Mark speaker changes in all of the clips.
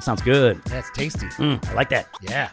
Speaker 1: Sounds good.
Speaker 2: That's tasty.
Speaker 1: Mm, I like that.
Speaker 2: Yeah.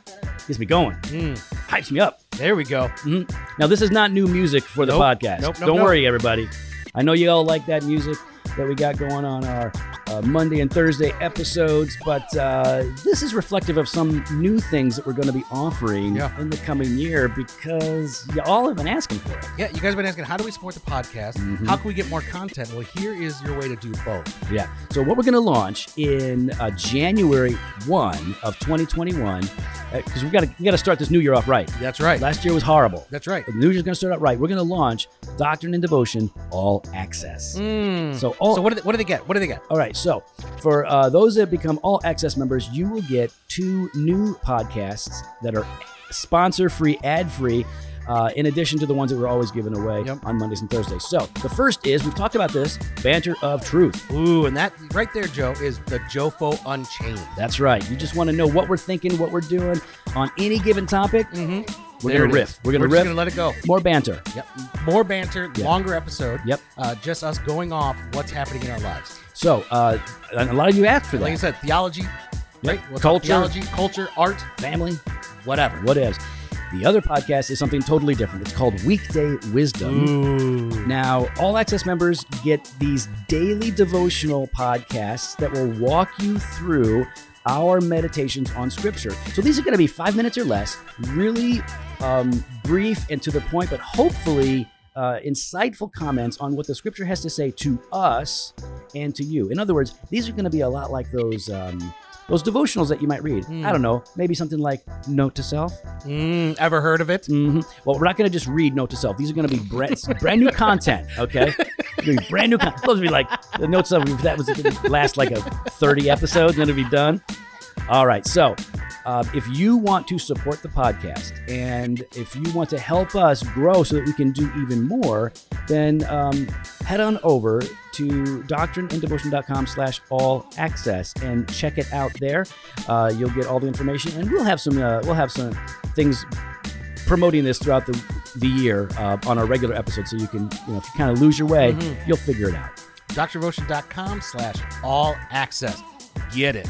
Speaker 1: Gets me going.
Speaker 2: Mm,
Speaker 1: Hypes me up.
Speaker 2: there we go.
Speaker 1: hmm Now, this is not new music for the
Speaker 2: Nope.
Speaker 1: podcast.
Speaker 2: Nope, nope,
Speaker 1: Don't
Speaker 2: nope.
Speaker 1: worry, everybody. I know you all like that music that we got going on our uh, Monday and Thursday episodes, but uh, this is reflective of some new things that we're going to be offering
Speaker 2: Yeah.
Speaker 1: in the coming year because you all have been asking for it.
Speaker 2: Yeah, you guys have been asking, how do we support the podcast?
Speaker 1: Mhm.
Speaker 2: How can we get more content? Well, here is your way to do both.
Speaker 1: Yeah. So what we're going to launch in uh, January one of 2021, because we got to we got to start this new year off right.
Speaker 2: That's right.
Speaker 1: Last year was horrible.
Speaker 2: That's right.
Speaker 1: The new year's going to start out right. We're going to launch Doctrine and Devotion All Access.
Speaker 2: Mm.
Speaker 1: So all
Speaker 2: So what do, they, what do they get? What do they get?
Speaker 1: all right. So for uh, those that become All Access members, you will get two new podcasts that are sponsor free, ad free. Uh, in addition to the ones that we're always giving away
Speaker 2: Yep.
Speaker 1: on Mondays and Thursdays. So, the first is we've talked about this Banter of Truth.
Speaker 2: Ooh, and that right there, Joe, is the Jofo Unchained.
Speaker 1: That's right. You just want to know what we're thinking, what we're doing on any given topic.
Speaker 2: Mm-hmm.
Speaker 1: We're gonna riff. We're gonna
Speaker 2: Just
Speaker 1: riff.
Speaker 2: gonna let it go.
Speaker 1: More banter.
Speaker 2: Yep. More banter,
Speaker 1: Yeah.
Speaker 2: longer episode.
Speaker 1: Yep.
Speaker 2: Uh, just us going off what's happening in our lives.
Speaker 1: So, uh, and a lot of you asked for
Speaker 2: Like I
Speaker 1: that.
Speaker 2: said, theology, right? We'll talk
Speaker 1: Culture.
Speaker 2: theology, culture, art,
Speaker 1: Family,
Speaker 2: whatever.
Speaker 1: whatevs. The other podcast is something totally different. It's called Weekday Wisdom.
Speaker 2: Mm. Ooh.
Speaker 1: Now, all access members get these daily devotional podcasts that will walk you through our meditations on scripture. So these are going to be five minutes or less, really um, brief and to the point, but hopefully uh, insightful comments on what the scripture has to say to us and to you. In other words, these are going to be a lot like those. Um, those devotionals that you might read.
Speaker 2: Hmm.
Speaker 1: I don't know, maybe something like Note to Self.
Speaker 2: Mm, ever heard of it?
Speaker 1: hmm Well, we're not going to just read note to self. These are going to be brand, brand new content. Okay, They're gonna be brand new. Con- those would be like the notes of if that was going to last like a thirty episodes, then it'd be done. All right, so. Uh, if you want to support the podcast and if you want to help us grow so that we can do even more, then um, head on over to doctrineanddevotion.com slash all access and check it out there. Uh, you'll get all the information and we'll have some uh, we'll have some things promoting this throughout the the year uh, on our regular episodes, so you can you know if you kind of lose your way,
Speaker 2: Mhm.
Speaker 1: you'll figure it out.
Speaker 2: DrVotion.com slash all access. Get it.